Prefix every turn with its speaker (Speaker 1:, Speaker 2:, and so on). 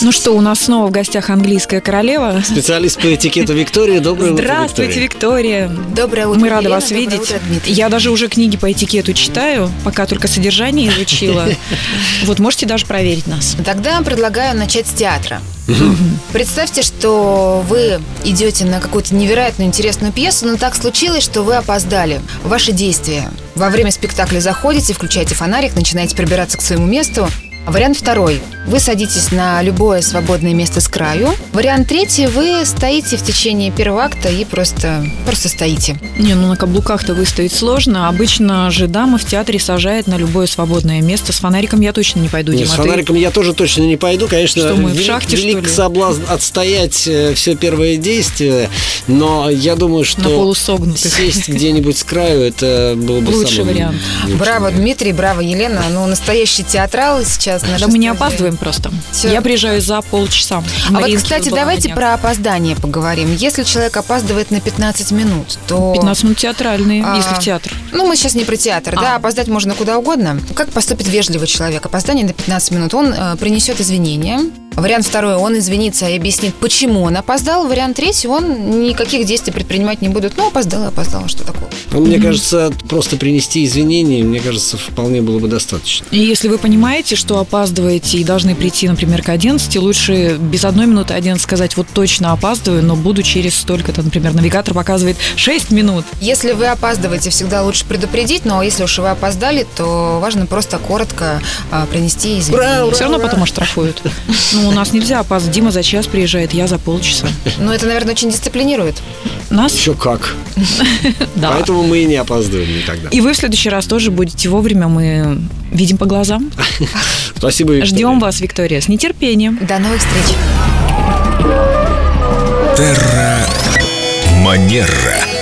Speaker 1: Ну что у нас снова в гостях английская королева.
Speaker 2: Специалист по этикету Виктория. Доброе утро,
Speaker 1: Здравствуйте,
Speaker 2: Виктория.
Speaker 1: Виктория.
Speaker 3: Доброе утро.
Speaker 1: Мы рады
Speaker 3: Елена.
Speaker 1: вас
Speaker 3: Доброе
Speaker 1: видеть.
Speaker 3: утро, Дмитрий.
Speaker 1: Я даже уже книги по этикету читаю, пока только содержание изучила. Вот можете даже проверить нас.
Speaker 3: Тогда предлагаю начать с театра. Представьте, что вы идете на какую-то невероятно интересную пьесу, но так случилось, что вы опоздали. Ваши действия. Во время спектакля заходите, включаете фонарик, начинаете пробираться к своему месту. Вариант второй. Вы садитесь на любое свободное место с краю. Вариант третий. Вы стоите в течение первого акта и просто, просто стоите.
Speaker 1: Не, ну на каблуках-то выстоять сложно. Обычно же дама в театре сажает на любое свободное место. С фонариком я точно не пойду,
Speaker 2: Не,
Speaker 1: Дима.
Speaker 2: с
Speaker 1: ты-
Speaker 2: фонариком я тоже точно не пойду, конечно.
Speaker 1: Что мы, в
Speaker 2: велик-
Speaker 1: шахте, что
Speaker 2: велик
Speaker 1: ли?
Speaker 2: соблазн отстоять все первое действие, но я думаю,
Speaker 1: На
Speaker 2: что
Speaker 1: полусогнутых.
Speaker 2: сесть где-нибудь с краю это был бы
Speaker 1: Лучший
Speaker 2: самым
Speaker 1: вариант.
Speaker 2: лучшим.
Speaker 3: Браво, Дмитрий, браво, Елена. Ну, настоящий театрал сейчас. на
Speaker 1: Да мы не
Speaker 3: шестой день.
Speaker 1: опаздываем просто.
Speaker 3: Всё.
Speaker 1: Я приезжаю за полчаса.
Speaker 3: А вот,
Speaker 1: Мариинских
Speaker 3: кстати,
Speaker 1: была на
Speaker 3: давайте
Speaker 1: днях.
Speaker 3: про опоздание поговорим. Если человек опаздывает на 15 минут, то...
Speaker 1: 15 минут театральные,
Speaker 3: А.
Speaker 1: если в театр.
Speaker 3: Ну, мы сейчас не про театр, да,
Speaker 1: А.
Speaker 3: опоздать можно куда угодно. Как поступит вежливый человек? Опоздание на 15 минут, он э, принесет извинения. Вариант второй, он извинится и объяснит, почему он опоздал. Вариант третий, он никаких действий предпринимать не будет. Ну, опоздал и опоздал, что такого?
Speaker 2: Ну, Мне кажется, просто принести извинения, мне кажется, вполне было бы достаточно.
Speaker 1: И если вы понимаете, что опаздываете и должны прийти, например, к 11, лучше без одной минуты 11 сказать, вот точно опаздываю, но буду через столько-то, например, навигатор показывает 6 минут.
Speaker 3: Если вы опаздываете, всегда лучше предупредить, но если уж вы опоздали, то важно просто коротко э, принести извинения.
Speaker 2: А, Ура,
Speaker 1: Все равно потом оштрафуют. Ну, у нас нельзя опаздывать. Дима за час приезжает, я за полчаса.
Speaker 3: Но Ну, это, наверное, очень дисциплинирует.
Speaker 1: Нас?
Speaker 2: Еще как.
Speaker 1: Да.
Speaker 2: Поэтому мы и не опаздываем никогда.
Speaker 1: И вы в следующий раз тоже будете вовремя, мы видим по глазам.
Speaker 2: Спасибо, Виктория.
Speaker 1: Ждем вас, Виктория, с нетерпением.
Speaker 3: До новых встреч!
Speaker 4: Манера.